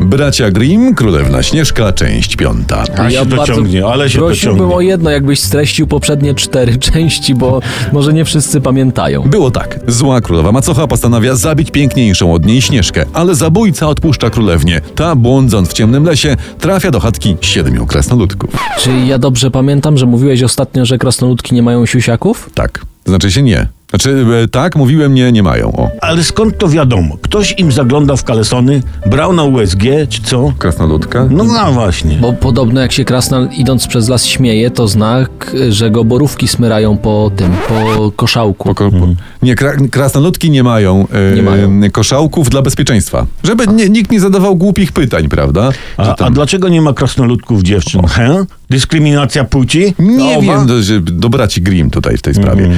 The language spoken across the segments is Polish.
Bracia Grimm, Królewna Śnieżka, część piąta. Ale ja się bardzo dociągnie, ale się prosiłbym dociągnie. o jedno, jakbyś streścił poprzednie cztery części, bo może nie wszyscy pamiętają. Było tak. Zła królowa macocha postanawia zabić piękniejszą od niej Śnieżkę, ale zabójca odpuszcza królewnię. Ta, błądząc w ciemnym lesie, trafia do chatki siedmiu krasnoludków. Czy ja dobrze pamiętam, że mówiłeś ostatnio, że krasnoludki nie mają siusiaków? Tak. Znaczy się nie. Znaczy, e, tak, mówiłem, nie, nie mają. O. Ale skąd to wiadomo? Ktoś im zagląda w kalesony, brał na USG, czy co? Krasnoludka? No, no właśnie. Mm. Bo podobno jak się krasnal idąc przez las śmieje, to znak, że go borówki smyrają po tym, po koszałku. Poko, po, nie, kra, krasnoludki nie mają, e, Nie mają. koszałków dla bezpieczeństwa. Żeby nie, nikt nie zadawał głupich pytań, prawda? Że A, tam- a dlaczego nie ma krasnoludków dziewczyn? He? Dyskryminacja płci? Nie Nowa? wiem, do, że- do braci Grimm tutaj w tej sprawie.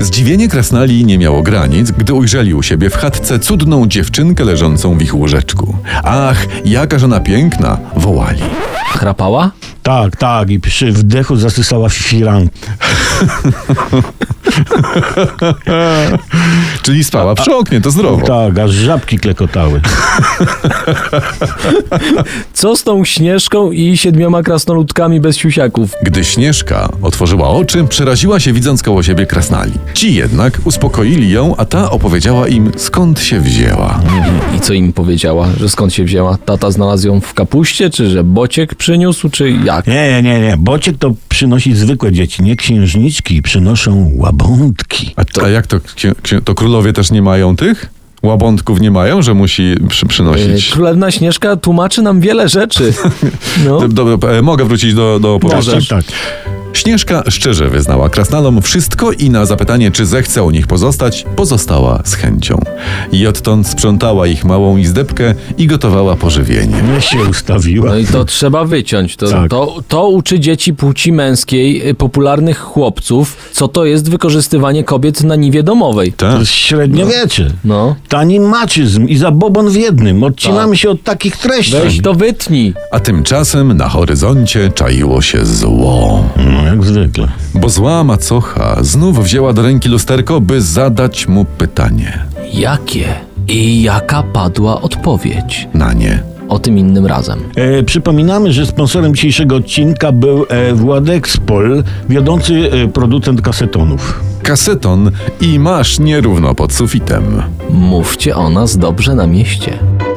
Zdziwienie krasnali nie miało granic, gdy ujrzeli u siebie w chatce cudną dziewczynkę leżącą w ich łóżeczku. Ach, jakaż ona piękna! wołali. Chrapała? Tak, tak. I przy wdechu zasysała firanki. Czyli spała przy oknie, to zdrowo. Tak, aż żabki klekotały. Co z tą śnieżką i siedmioma krasnoludkami bez siusiaków? Gdy Śnieżka otworzyła oczy, przeraziła się widząc koło siebie krasnali. Ci jednak uspokoili ją, a ta opowiedziała im skąd się wzięła. I co im powiedziała? Że skąd się wzięła? Tata znalazł ją w kapuście, czy że bociek przyniósł, czy jak? Nie, nie, nie. Bociek to przynosi zwykłe dzieci, nie księżniczki. Przynoszą łabądki. A, a jak to, księ- księ- to królowie też nie mają tych? Łabądków nie mają, że musi przy, przynosić. E, Królewna Śnieżka tłumaczy nam wiele rzeczy. No. Dob- Dobra, e, mogę wrócić do, do opowieści. Tak, tak. Śnieżka szczerze wyznała krasnalom wszystko i na zapytanie, czy zechce u nich pozostać, pozostała z chęcią. I odtąd sprzątała ich małą izdebkę i gotowała pożywienie. Nie się ustawiła. No i to trzeba wyciąć. To, Tak. to, to uczy dzieci płci męskiej, y, popularnych chłopców, co to jest wykorzystywanie kobiet na niwie domowej. To Tak. jest średniowiecze. No. Tani maczyzm i zabobon w jednym. Odcinamy się od takich treści. Tak. Weź to wytnij. A tymczasem na horyzoncie czaiło się zło. No, jak zwykle. Bo zła macocha znów wzięła do ręki lusterko, by zadać mu pytanie. Jakie i jaka padła odpowiedź? Na nie. O tym innym razem. E, przypominamy, że sponsorem dzisiejszego odcinka był e, Władek Spol, wiodący e, producent kasetonów. Kaseton i masz nierówno pod sufitem. Mówcie o nas dobrze na mieście.